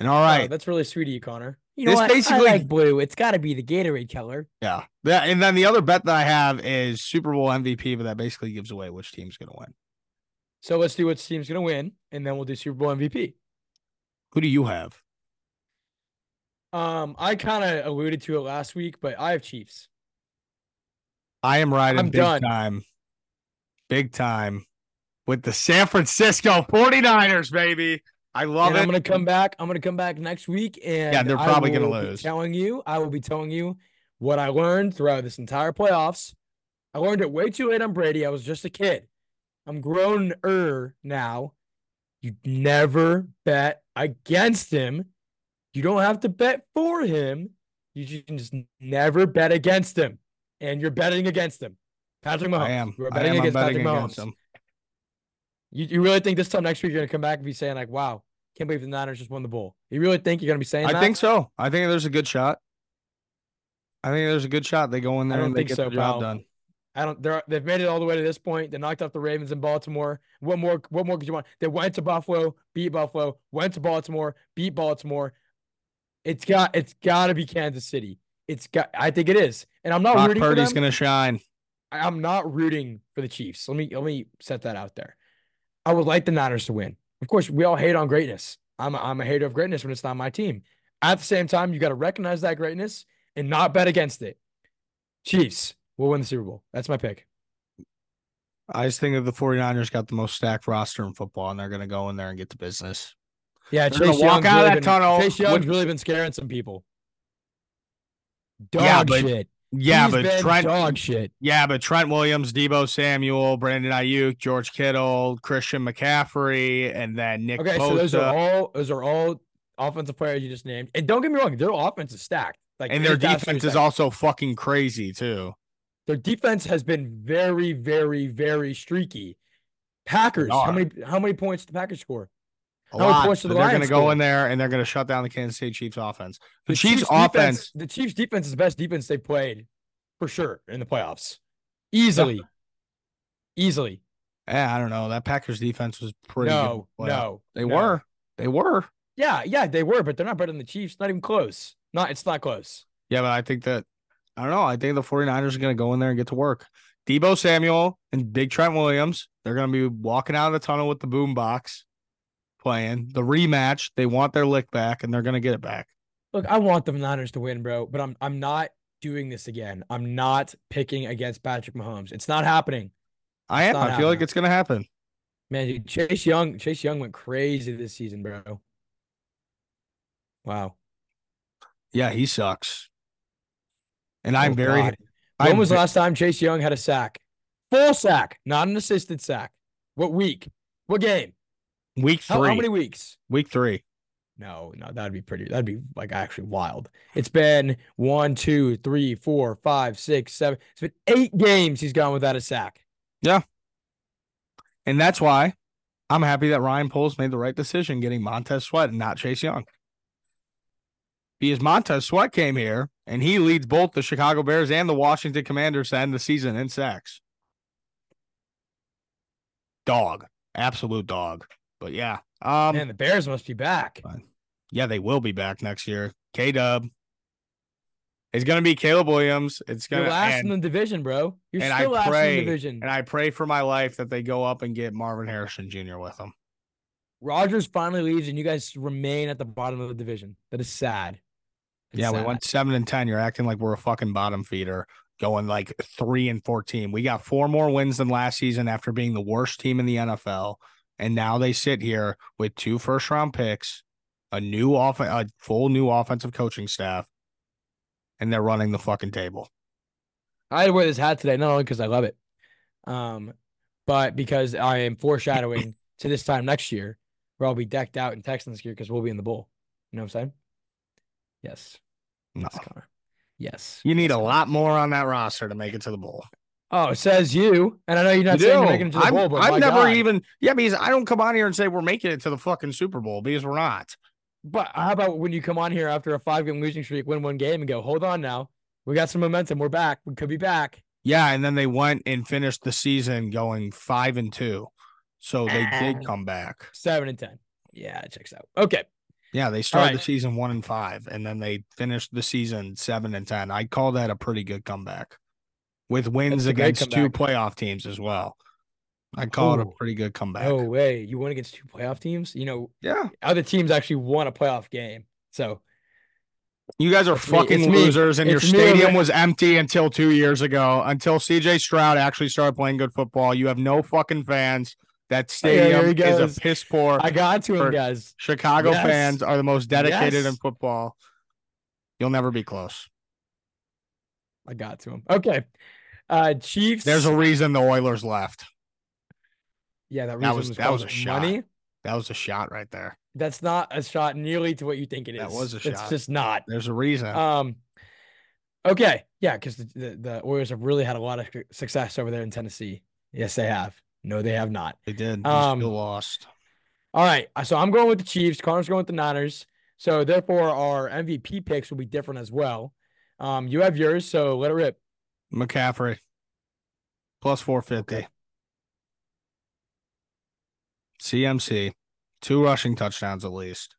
Speaker 1: And all
Speaker 2: Wow,
Speaker 1: right,
Speaker 2: that's really sweet of you, Connor. You
Speaker 1: This basically-
Speaker 2: blue. It's got to be the Gatorade color.
Speaker 1: yeah. That and then the other bet that I have is Super Bowl MVP, but that basically gives away which team's gonna win.
Speaker 2: So let's do what team's going to win, and then we'll do Super Bowl MVP.
Speaker 1: Who do you have?
Speaker 2: Um, I kind of alluded to it last week, but I have Chiefs.
Speaker 1: I am riding
Speaker 2: I'm
Speaker 1: big
Speaker 2: done.
Speaker 1: time, big time, with the San Francisco 49ers, baby. I love
Speaker 2: and
Speaker 1: it.
Speaker 2: I'm going to come back. I'm going to come back next week, and
Speaker 1: they're
Speaker 2: I
Speaker 1: probably gonna
Speaker 2: will be
Speaker 1: lose.
Speaker 2: Telling you, I will be telling you what I learned throughout this entire playoffs. I learned it way too late on Brady. I was just a kid. I'm grown er now. You never bet against him. You don't have to bet for him. You ju- can just never bet against him, and you're betting against him. Patrick Mahomes.
Speaker 1: I am.
Speaker 2: You're
Speaker 1: I
Speaker 2: betting
Speaker 1: am. I'm
Speaker 2: against
Speaker 1: betting
Speaker 2: Patrick
Speaker 1: against
Speaker 2: Mahomes.
Speaker 1: them.
Speaker 2: You, you really think this time next week you're gonna come back and be saying like, "Wow, can't believe the Niners just won the bowl." You really think you're gonna be saying
Speaker 1: I
Speaker 2: that?
Speaker 1: think so. I think there's a good shot. I think there's a good shot. They go in
Speaker 2: I
Speaker 1: there
Speaker 2: don't
Speaker 1: and they
Speaker 2: think
Speaker 1: get
Speaker 2: so,
Speaker 1: the job
Speaker 2: pal.
Speaker 1: done.
Speaker 2: I don't. They're, they've made it all the way to this point. They knocked off the Ravens in Baltimore. What more? What more could you want? They went to Buffalo, beat Buffalo. Went to Baltimore, beat Baltimore. It's got. It's got to be Kansas City. It's got. I think it is. And I'm not
Speaker 1: Brock
Speaker 2: rooting
Speaker 1: Purdy's
Speaker 2: Oh, for them.
Speaker 1: gonna shine.
Speaker 2: I- I'm not rooting for the Chiefs. Let me let me set that out there. I would like the Niners to win. Of course, we all hate on greatness. I'm a, I'm a hater of greatness when it's not my team. At the same time, you got to recognize that greatness and not bet against it. Chiefs will win the Super Bowl. That's my pick.
Speaker 1: I just think that the 49ers got the most stacked roster in football, and they're going to go in there and get the business.
Speaker 2: Yeah,
Speaker 1: They're
Speaker 2: Chase
Speaker 1: gonna
Speaker 2: Young's
Speaker 1: walk out of
Speaker 2: really
Speaker 1: that
Speaker 2: been,
Speaker 1: tunnel
Speaker 2: Chase
Speaker 1: with-
Speaker 2: Young's really been scaring some people. Dog
Speaker 1: Yeah, but-
Speaker 2: shit.
Speaker 1: Yeah,
Speaker 2: He's
Speaker 1: but
Speaker 2: been
Speaker 1: Trent.
Speaker 2: dog shit.
Speaker 1: Yeah, but Trent Williams, Debo Samuel, Brandon Ayuk, George Kittle, Christian McCaffrey, and then Nick Bosa.
Speaker 2: Okay, so those are all those are all offensive players you just named. And don't get me wrong, their offense is stacked. Like
Speaker 1: and their
Speaker 2: it's absolutely
Speaker 1: defense is
Speaker 2: stacked.
Speaker 1: also fucking crazy too.
Speaker 2: their defense has been very, very, very streaky. Packers,
Speaker 1: are.
Speaker 2: how many how many points did the Packers score?
Speaker 1: A
Speaker 2: How many
Speaker 1: lot.
Speaker 2: points did
Speaker 1: but
Speaker 2: the
Speaker 1: they're going to
Speaker 2: Lions
Speaker 1: go
Speaker 2: score?
Speaker 1: in there and they're going to shut down the Kansas City Chiefs offense. The,
Speaker 2: The
Speaker 1: Chiefs,
Speaker 2: defense-
Speaker 1: offense,
Speaker 2: the Chiefs defense is the best defense they played for sure in the playoffs. Easily. Easily.
Speaker 1: yeah, I don't know. That Packers defense was pretty
Speaker 2: no,
Speaker 1: good.
Speaker 2: no.
Speaker 1: They
Speaker 2: no.
Speaker 1: were. They were.
Speaker 2: Yeah, yeah, they were, but they're not better than the Chiefs. Not even close. Not it's not close.
Speaker 1: Yeah, but I think that I don't know. I think the 49ers are going to go in there and get to work. Debo Samuel and Big Trent Williams, they're going to be walking out of the tunnel with the boom box playing the rematch. They want their lick back and they're going to get it back.
Speaker 2: Look, I want the Niners to win, bro, but I'm I'm not doing this again. I'm not picking against Patrick Mahomes. It's not happening.
Speaker 1: I
Speaker 2: It's
Speaker 1: am. I
Speaker 2: not
Speaker 1: feel like
Speaker 2: happening.
Speaker 1: it's going to happen.
Speaker 2: Man, dude, Chase Young, Chase Young went crazy this season, bro. Wow.
Speaker 1: Yeah, he sucks. And I'm
Speaker 2: Oh,
Speaker 1: very
Speaker 2: God.
Speaker 1: I'm
Speaker 2: When was the
Speaker 1: ve-
Speaker 2: last time Chase Young had a sack? Full sack, not an assisted sack. What week? What game?
Speaker 1: week 3.
Speaker 2: How, how many weeks?
Speaker 1: Week 3.
Speaker 2: No, no, that'd be pretty. That'd be like actually wild. It's been one, two, three, four, five, six, seven. It's been eight games he's gone without a sack.
Speaker 1: And that's why I'm happy that Ryan Poles made the right decision getting Montez Sweat and not Chase Young. Because Montez Sweat came here and he leads both the Chicago Bears and the Washington Commanders to end the season in sacks. Dog. Absolute dog. But yeah. Um
Speaker 2: Man, the Bears must be back.
Speaker 1: yeah, they will be back next year. K dub. It's gonna be Caleb Williams. It's
Speaker 2: You're
Speaker 1: gonna
Speaker 2: last
Speaker 1: and-
Speaker 2: in the division, bro. You're
Speaker 1: and I
Speaker 2: still last in
Speaker 1: pray-
Speaker 2: the division.
Speaker 1: And I pray for my life that they go up and get Marvin Harrison Jr. with them.
Speaker 2: Rogers finally leaves, and you guys remain at the bottom of the division. That is sad. It's
Speaker 1: yeah, we
Speaker 2: sad.
Speaker 1: went seven and ten. You're acting like we're a fucking bottom feeder, going like three and fourteen. We got four more wins than last season after being the worst team in the NFL, and now they sit here with two first round picks, a new off, a full new offensive coaching staff, and they're running the fucking table.
Speaker 2: I had to wear this hat today, not only because I love it, um, but because I am foreshadowing to this time next year where I'll be decked out in Texans gear because we'll be in the bowl. You know what I'm saying? Yes.
Speaker 1: No.
Speaker 2: Yes, Connor. Yes.
Speaker 1: You need a lot more on that roster to make it to the bowl.
Speaker 2: Oh, says you. And I know you're not
Speaker 1: You
Speaker 2: saying
Speaker 1: do.
Speaker 2: you're making it to the
Speaker 1: I'm,
Speaker 2: bowl, but
Speaker 1: I'm
Speaker 2: my
Speaker 1: never
Speaker 2: God.
Speaker 1: even yeah because I don't come on here and say we're making it to the fucking Super Bowl because we're not.
Speaker 2: But how about when you come on here after a five game losing streak, win one game, and go, hold on now. We got some momentum. We're back. We could be back.
Speaker 1: Yeah, and then they went and finished the season going five and two, so they did
Speaker 2: Ah.
Speaker 1: come back.
Speaker 2: Seven and 10. Yeah, it checks out. Okay.
Speaker 1: Yeah, they started the
Speaker 2: right.
Speaker 1: season one and five, and then they finished the season seven and ten. I call that a pretty good comeback, with wins
Speaker 2: That's a great
Speaker 1: against two
Speaker 2: comeback.
Speaker 1: playoff teams as well. I call it a
Speaker 2: Oh.
Speaker 1: pretty good comeback.
Speaker 2: No way. You won against two playoff teams? You know,
Speaker 1: Yeah,
Speaker 2: other teams actually won a playoff game. So
Speaker 1: you guys are
Speaker 2: It's me-
Speaker 1: fucking
Speaker 2: it's me.
Speaker 1: losers, and your
Speaker 2: It's me,
Speaker 1: stadium
Speaker 2: man.
Speaker 1: was empty until two years ago. Until CJ Stroud actually started playing good football, you have no fucking fans. That
Speaker 2: Oh, there
Speaker 1: stadium
Speaker 2: he
Speaker 1: is
Speaker 2: goes.
Speaker 1: a piss poor.
Speaker 2: I got to
Speaker 1: For-
Speaker 2: him, guys.
Speaker 1: Chicago
Speaker 2: Yes.
Speaker 1: fans are the most dedicated in
Speaker 2: Yes.
Speaker 1: football. You'll never be close.
Speaker 2: I got to him. Okay. Uh Chiefs.
Speaker 1: There's a reason the Oilers left.
Speaker 2: yeah, that,
Speaker 1: that
Speaker 2: reason
Speaker 1: was-
Speaker 2: was,
Speaker 1: that was
Speaker 2: called
Speaker 1: a shot.
Speaker 2: money.
Speaker 1: That was a shot right there.
Speaker 2: That's not a shot nearly to what you think it is.
Speaker 1: That was a
Speaker 2: It's
Speaker 1: shot.
Speaker 2: just not.
Speaker 1: There's a reason.
Speaker 2: Um okay. Yeah, because the, the, the Oilers have really had a lot of c- success over there in Tennessee. Yes, they have. No, they have not.
Speaker 1: they did. They
Speaker 2: um,
Speaker 1: still lost.
Speaker 2: All right. uh, So I'm going with the Chiefs. Connor's going with the Niners. So therefore, our MVP picks will be different as well. Um, you have yours, so let it rip.
Speaker 1: McCaffrey plus 450.
Speaker 2: Okay.
Speaker 1: CMC, two rushing touchdowns at least.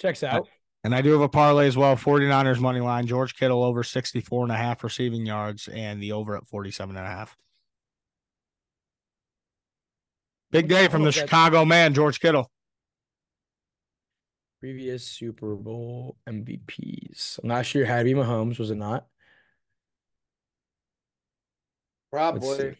Speaker 2: Checks out.
Speaker 1: And I do have a parlay as well 49ers money line, George Kittle over 64 and a half receiving yards, and the over at 47 and a half. Big
Speaker 2: What's
Speaker 1: day
Speaker 2: wrong
Speaker 1: from the
Speaker 2: with that?
Speaker 1: Chicago man, George Kittle.
Speaker 2: Previous Super Bowl MVPs. Last year had to be Mahomes, was it not? Let's see.
Speaker 3: Probably.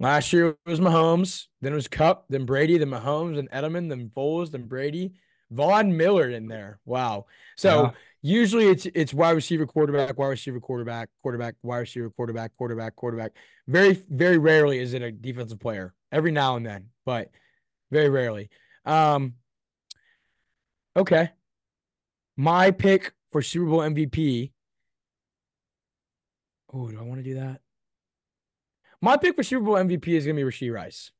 Speaker 2: Last year it was Mahomes, then it was Cup, then Brady, then Mahomes, then Edelman, then Foles, then Brady, Vaughn Miller in there. Wow. So usually it's it's wide receiver, quarterback, wide receiver, quarterback, quarterback, wide receiver, quarterback, quarterback, quarterback. Very very rarely is it a defensive player. Every now and then, but very rarely. Um. Okay. My pick for Super Bowl MVP. Oh, do I want to do that? My pick for Super Bowl MVP is going to be Rasheed Rice,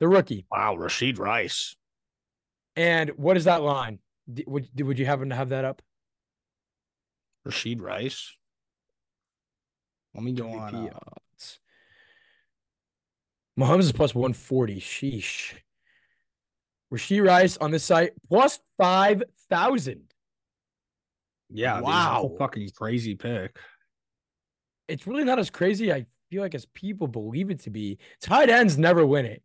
Speaker 2: the rookie.
Speaker 1: Wow, Rasheed Rice.
Speaker 2: And what is that line? D- Would would you happen to have that up?
Speaker 1: Rasheed Rice. Let me go on.
Speaker 2: MVP
Speaker 1: uh,
Speaker 2: odds. Mahomes is plus 140. Sheesh. Rasheed Rice on this site plus 5,000.
Speaker 1: yeah. dude, that's a
Speaker 2: Wow.
Speaker 1: Fucking crazy pick.
Speaker 2: It's really not as crazy, I feel like, as people believe it to be. Tight ends never win it.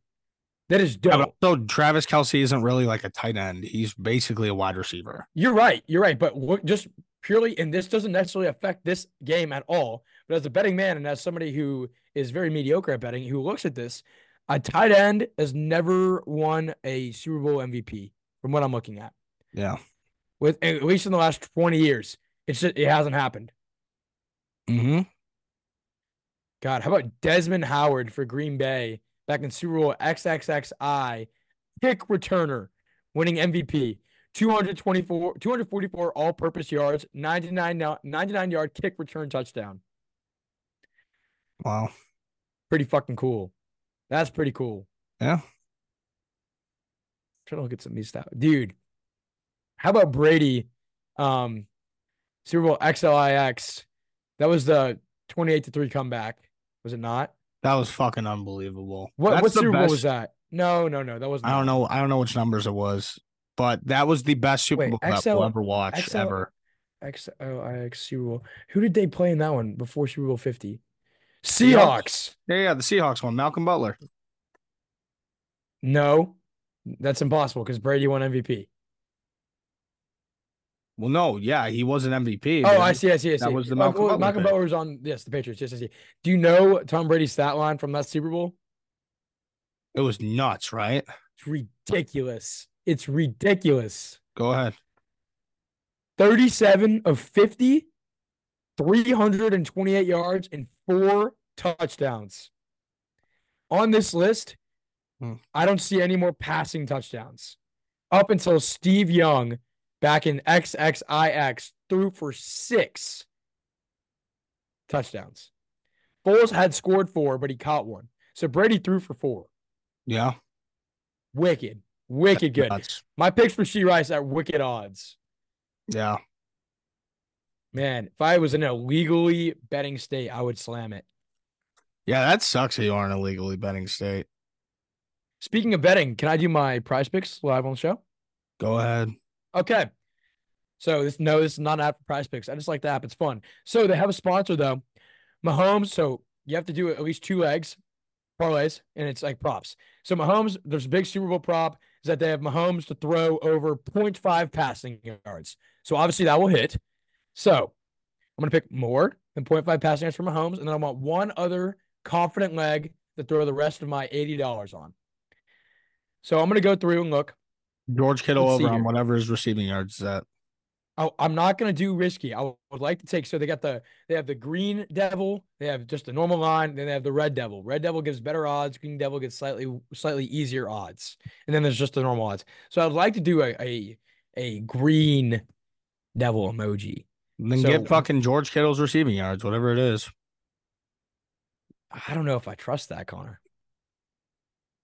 Speaker 2: That is
Speaker 1: Yeah,
Speaker 2: dope.
Speaker 1: but also, Travis Kelsey isn't really like a tight end. He's basically a wide receiver.
Speaker 2: You're right. You're right. But what just purely, and this doesn't necessarily affect this game at all. But as a betting man and as somebody who is very mediocre at betting, who looks at this, a tight end has never won a Super Bowl MVP from what I'm looking at.
Speaker 1: Yeah.
Speaker 2: With at least in the last 20 years, it's just, it hasn't happened.
Speaker 1: Mm-hmm.
Speaker 2: God, how about Desmond Howard for Green Bay back in Super Bowl XXXI, kick returner, winning MVP, 224, 244 all-purpose yards, 99, now- 99 yard kick return touchdown.
Speaker 1: Wow.
Speaker 2: Pretty fucking cool. That's pretty cool.
Speaker 1: Yeah.
Speaker 2: trying to look at some of these stats, dude. How about Brady, um, Super Bowl XLIX? That was the 28 to three comeback, was it not?
Speaker 1: That was fucking unbelievable.
Speaker 2: What
Speaker 1: That's
Speaker 2: what
Speaker 1: the
Speaker 2: Super Bowl
Speaker 1: best-
Speaker 2: was that? No, no, no, that was
Speaker 1: I don't know. I don't know which numbers it was, but that was the best Super
Speaker 2: Wait,
Speaker 1: Bowl that we'll
Speaker 2: XL
Speaker 1: ever watch
Speaker 2: XL
Speaker 1: ever.
Speaker 2: XLIX oh, Super Bowl. Who did they play in that one before Super Bowl 50? Seahawks.
Speaker 1: Yeah, yeah, the Seahawks one. Malcolm Butler.
Speaker 2: No, that's impossible because Brady won MVP.
Speaker 1: Well, no, yeah, he was an MVP.
Speaker 2: Oh,
Speaker 1: but
Speaker 2: I
Speaker 1: he-
Speaker 2: see, I see, I see.
Speaker 1: that was the
Speaker 2: Oh,
Speaker 1: Malcolm
Speaker 2: well,
Speaker 1: Butler
Speaker 2: Malcolm
Speaker 1: pick.
Speaker 2: Butler was on yes, the Patriots. Yes, I see. Do you know Tom Brady's stat line from that Super Bowl?
Speaker 1: It was nuts, right?
Speaker 2: It's ridiculous. It's ridiculous.
Speaker 1: Go ahead.
Speaker 2: 37 of 50, 328 yards, and four touchdowns. On this list,
Speaker 1: Hmm.
Speaker 2: I don't see any more passing touchdowns. Up until Steve Young back in XXIX threw for six touchdowns. Foles had scored four, but he caught one. So Brady threw for four.
Speaker 1: Yeah.
Speaker 2: Wicked. Wicked good.
Speaker 1: Nuts.
Speaker 2: My picks for She Rice at wicked odds.
Speaker 1: Yeah.
Speaker 2: Man, if I was in a legally betting state, I would slam it.
Speaker 1: Yeah, that sucks that you are in a legally betting state.
Speaker 2: Speaking of betting, can I do my prize picks live on the show?
Speaker 1: Go ahead.
Speaker 2: Okay. So this no, this is not an app for prize picks. I just like the app. It's fun. So they have a sponsor though. Mahomes. So you have to do at least two legs, parlays, and it's like props. So Mahomes, there's a big Super Bowl prop is that they have Mahomes to throw over 0.5 passing yards. So obviously that will hit. So I'm gonna pick more than 0.5 passing yards for Mahomes, and then I want one other confident leg to throw the rest of my $80 on. So I'm gonna go through and look.
Speaker 1: George Kittle
Speaker 2: Let's see
Speaker 1: over on
Speaker 2: here.
Speaker 1: whatever his receiving yards is at.
Speaker 2: I, Oh, I'm not gonna do risky. I would like to take so they got the they have the green devil, they have just the normal line, then they have the red devil. Red devil gives better odds, green devil gives slightly slightly easier odds, and then there's just the normal odds. So I'd like to do a a, a green devil emoji.
Speaker 1: Then
Speaker 2: So-
Speaker 1: get fucking George Kittle's receiving yards, whatever it is.
Speaker 2: I don't know if I trust that, Connor.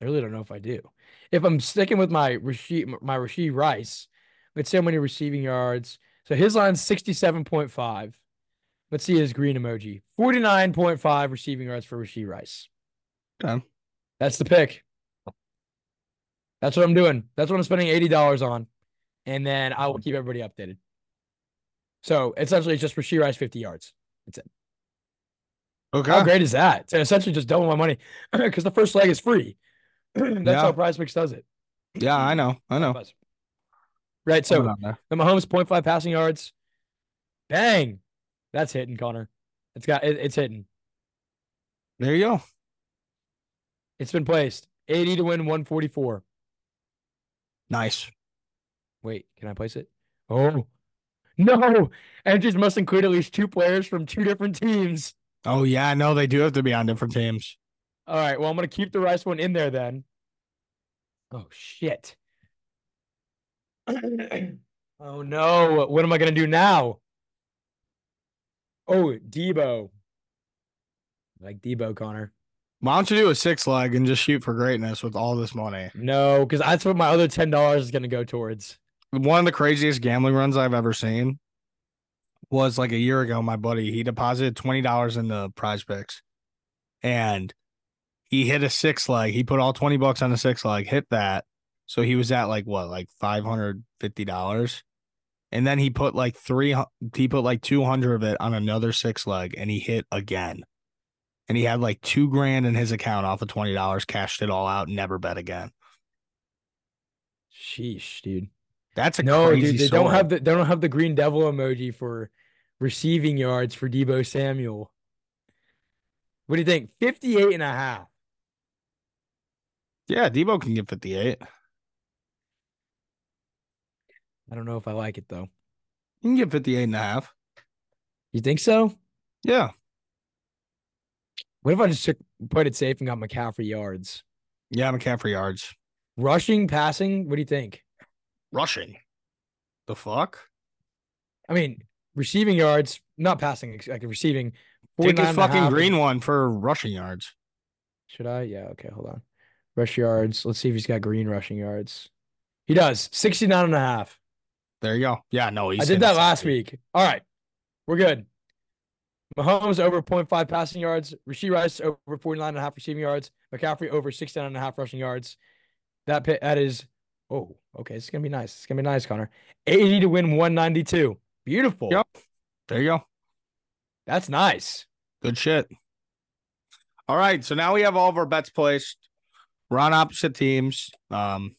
Speaker 2: I really don't know if I do. If I'm sticking with my Rasheed, my Rasheed Rice, let's see how many receiving yards. So his line's 67.5. Let's see his green emoji. 49.5 receiving yards for Rasheed Rice.
Speaker 1: Okay.
Speaker 2: That's the pick. That's what I'm doing. That's what I'm spending $80 on. And then I will keep everybody updated. So essentially, it's just Rasheed Rice 50 yards.
Speaker 1: Okay.
Speaker 2: How Oh, great is that? So essentially just double my money because the first leg is free. That's
Speaker 1: Yeah.
Speaker 2: how Prize Picks does it.
Speaker 1: Yeah, I know. I know.
Speaker 2: Buzz. Right. So
Speaker 1: Coming on there.
Speaker 2: the Mahomes 0.5 passing yards. Bang. That's hitting, Connor. It's got it, it's hitting.
Speaker 1: there you go.
Speaker 2: It's been placed. 80 to win 144.
Speaker 1: Nice.
Speaker 2: Wait, can I place it? Oh. No. Entries must include at least two players from two different teams.
Speaker 1: Oh yeah, no, they do have to be on different teams.
Speaker 2: All right. Well, I'm gonna keep the rice one in there then. Oh shit. oh no. What am I gonna do now? Oh, Debo. I Like Debo Connor.
Speaker 1: Why don't you do a six leg and just shoot for greatness with all this money?
Speaker 2: No, because that's what my other ten dollars is gonna go towards.
Speaker 1: One of the craziest gambling runs I've ever seen was like a year ago. My buddy he deposited twenty dollars into Prize Picks, and he hit a six leg. He put all twenty bucks on the six leg, hit that, so he was at like what, like five hundred fifty dollars, and then he put like three. hu- He put like two hundred of it on another six leg, and he hit again. And he had like two grand in his account off of twenty dollars, cashed it all out, never bet again.
Speaker 2: Sheesh, dude.
Speaker 1: That's a
Speaker 2: No,
Speaker 1: crazy
Speaker 2: dude, they don't
Speaker 1: story.
Speaker 2: have the they don't have the green devil emoji for receiving yards for Debo Samuel. What do you think? 58 and a half.
Speaker 1: Yeah, Debo can get 58. He
Speaker 2: I don't know if I like it though.
Speaker 1: can get 58 and a half.
Speaker 2: You think so?
Speaker 1: Yeah.
Speaker 2: What if I just took, put it safe and got McCaffrey yards?
Speaker 1: Yeah, McCaffrey yards.
Speaker 2: Rushing, passing, what do you think?
Speaker 1: Rushing. The fuck?
Speaker 2: I mean, receiving yards, not passing, ex- like receiving.
Speaker 1: Take
Speaker 2: 49
Speaker 1: his
Speaker 2: and a half
Speaker 1: fucking
Speaker 2: and-
Speaker 1: green one for rushing yards.
Speaker 2: Should I? Yeah, okay, hold on. Rush yards. Let's see if he's got green rushing yards. He does. 69 and a half.
Speaker 1: There you go. Yeah, no, he's
Speaker 2: I
Speaker 1: hitting
Speaker 2: did that last
Speaker 1: 60.
Speaker 2: week. All right. We're good. Mahomes over 0.5 passing yards. Rasheed Rice over 49 and a half receiving yards. McCaffrey over 69 and a half rushing yards. That pit, that is oh, okay. It's gonna be nice. It's gonna be nice, Connor. 80 to win 192. Beautiful.
Speaker 1: Yep. There you go.
Speaker 2: That's nice.
Speaker 1: Good shit. All right. So now we have all of our bets placed. We're on opposite teams. Um,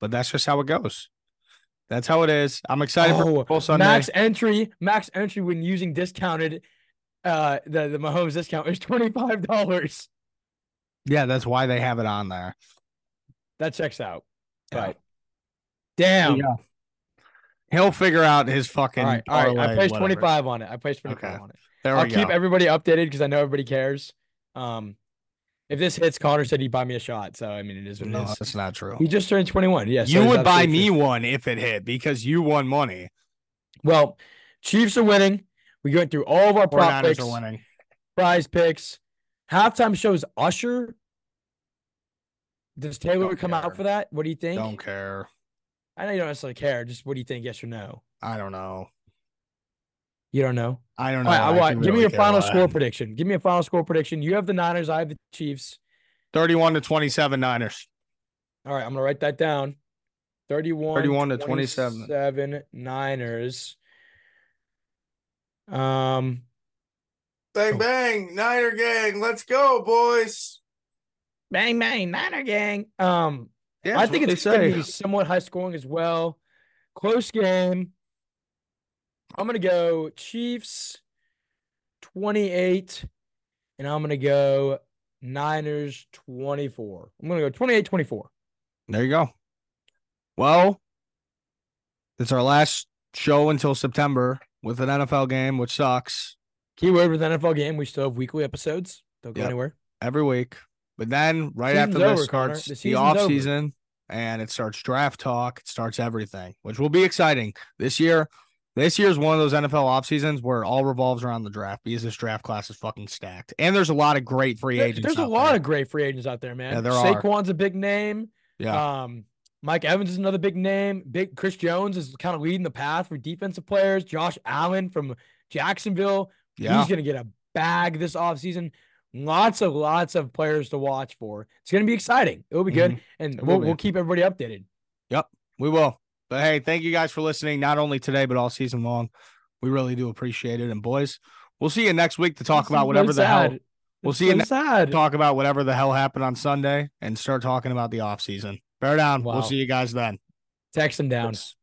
Speaker 1: but that's just how it goes. That's how it is. I'm excited for
Speaker 2: Oh,
Speaker 1: football Sunday.
Speaker 2: Max entry, max entry when using discounted uh the, the Mahomes discount is $25.
Speaker 1: yeah, that's why they have it on there.
Speaker 2: That checks out.
Speaker 1: Yeah.
Speaker 2: Right. Damn.
Speaker 1: Yeah. He'll figure out his fucking.
Speaker 2: All right, all right. I
Speaker 1: parlay,
Speaker 2: placed
Speaker 1: whatever.
Speaker 2: 25 on it. I placed 25
Speaker 1: Okay.
Speaker 2: on it.
Speaker 1: There
Speaker 2: I'll
Speaker 1: we
Speaker 2: keep
Speaker 1: go.
Speaker 2: everybody updated because I know everybody cares. Um, if this hits, Connor said he'd buy me a shot. So I mean, it is what
Speaker 1: no,
Speaker 2: it is.
Speaker 1: that's not true.
Speaker 2: He just turned 21. Yes,
Speaker 1: you would buy me one if it hit because you won money.
Speaker 2: Well, Chiefs are winning. We went through all of our prop
Speaker 1: 49ers
Speaker 2: picks,
Speaker 1: are winning.
Speaker 2: prize picks. Halftime shows Usher. Does Taylor
Speaker 1: Don't
Speaker 2: come
Speaker 1: care.
Speaker 2: out for that? What do you think?
Speaker 1: Don't care.
Speaker 2: I know you don't necessarily care. Just what do you think? Yes or no?
Speaker 1: I don't know.
Speaker 2: You don't know.
Speaker 1: I don't know.
Speaker 2: All right, I want.
Speaker 1: can
Speaker 2: Give me
Speaker 1: really
Speaker 2: your
Speaker 1: care
Speaker 2: final
Speaker 1: less.
Speaker 2: score prediction. Give me a final score prediction. You have the Niners. I have the Chiefs.
Speaker 1: 31 to 27 Niners.
Speaker 2: All right, I'm gonna write that down. 31,
Speaker 1: 31 to 27.
Speaker 2: 27 Niners. Um,
Speaker 1: Bang bang, Niner gang. Let's go, boys.
Speaker 2: bang bang, Niner gang. Um,
Speaker 1: Yeah,
Speaker 2: I
Speaker 1: that's
Speaker 2: think
Speaker 1: what
Speaker 2: it's
Speaker 1: they
Speaker 2: gonna
Speaker 1: say.
Speaker 2: be somewhat high scoring as well. Close game. I'm gonna go Chiefs 28, and I'm gonna go Niners 24. I'm gonna go 28 24.
Speaker 1: There you go. Well, it's our last show until September with an NFL game, which sucks
Speaker 2: Keyword with NFL game. We still have weekly episodes. Don't go
Speaker 1: Yep.
Speaker 2: anywhere.
Speaker 1: every week. But then right
Speaker 2: Season's
Speaker 1: after this
Speaker 2: over, Connor.
Speaker 1: starts
Speaker 2: The
Speaker 1: the,
Speaker 2: season's
Speaker 1: off
Speaker 2: over.
Speaker 1: season and it starts draft talk, it starts everything, which will be exciting this year. This year is one of those NFL off seasons where it all revolves around the draft because this draft class is fucking stacked. And there's a lot of great free
Speaker 2: There-
Speaker 1: agents.
Speaker 2: There's a
Speaker 1: out
Speaker 2: lot
Speaker 1: there.
Speaker 2: of great free agents out there, man.
Speaker 1: Yeah, there are.
Speaker 2: Saquon's a big name.
Speaker 1: yeah.
Speaker 2: Um, Mike Evans is another big name. Big Chris Jones is kind of leading the path for defensive players. Josh Allen from Jacksonville.
Speaker 1: Yeah.
Speaker 2: He's gonna get a bag this offseason. Lots of lots of players to watch for. It's gonna be exciting. It'll be good. And
Speaker 1: Mm-hmm. It will
Speaker 2: we'll,
Speaker 1: be.
Speaker 2: we'll keep everybody updated.
Speaker 1: We will. But hey, thank you guys for listening, not only today, but all season long. We really do appreciate it. And boys, we'll see you next week to talk
Speaker 2: This is
Speaker 1: about
Speaker 2: so
Speaker 1: whatever the hell
Speaker 2: sad.
Speaker 1: we'll
Speaker 2: It's
Speaker 1: see you
Speaker 2: so
Speaker 1: ne-
Speaker 2: sad.
Speaker 1: talk about whatever the hell happened on Sunday and start talking about the off season.
Speaker 2: Bear down.
Speaker 1: Wow.
Speaker 2: We'll see you guys then.
Speaker 1: Text him down.
Speaker 2: Peace.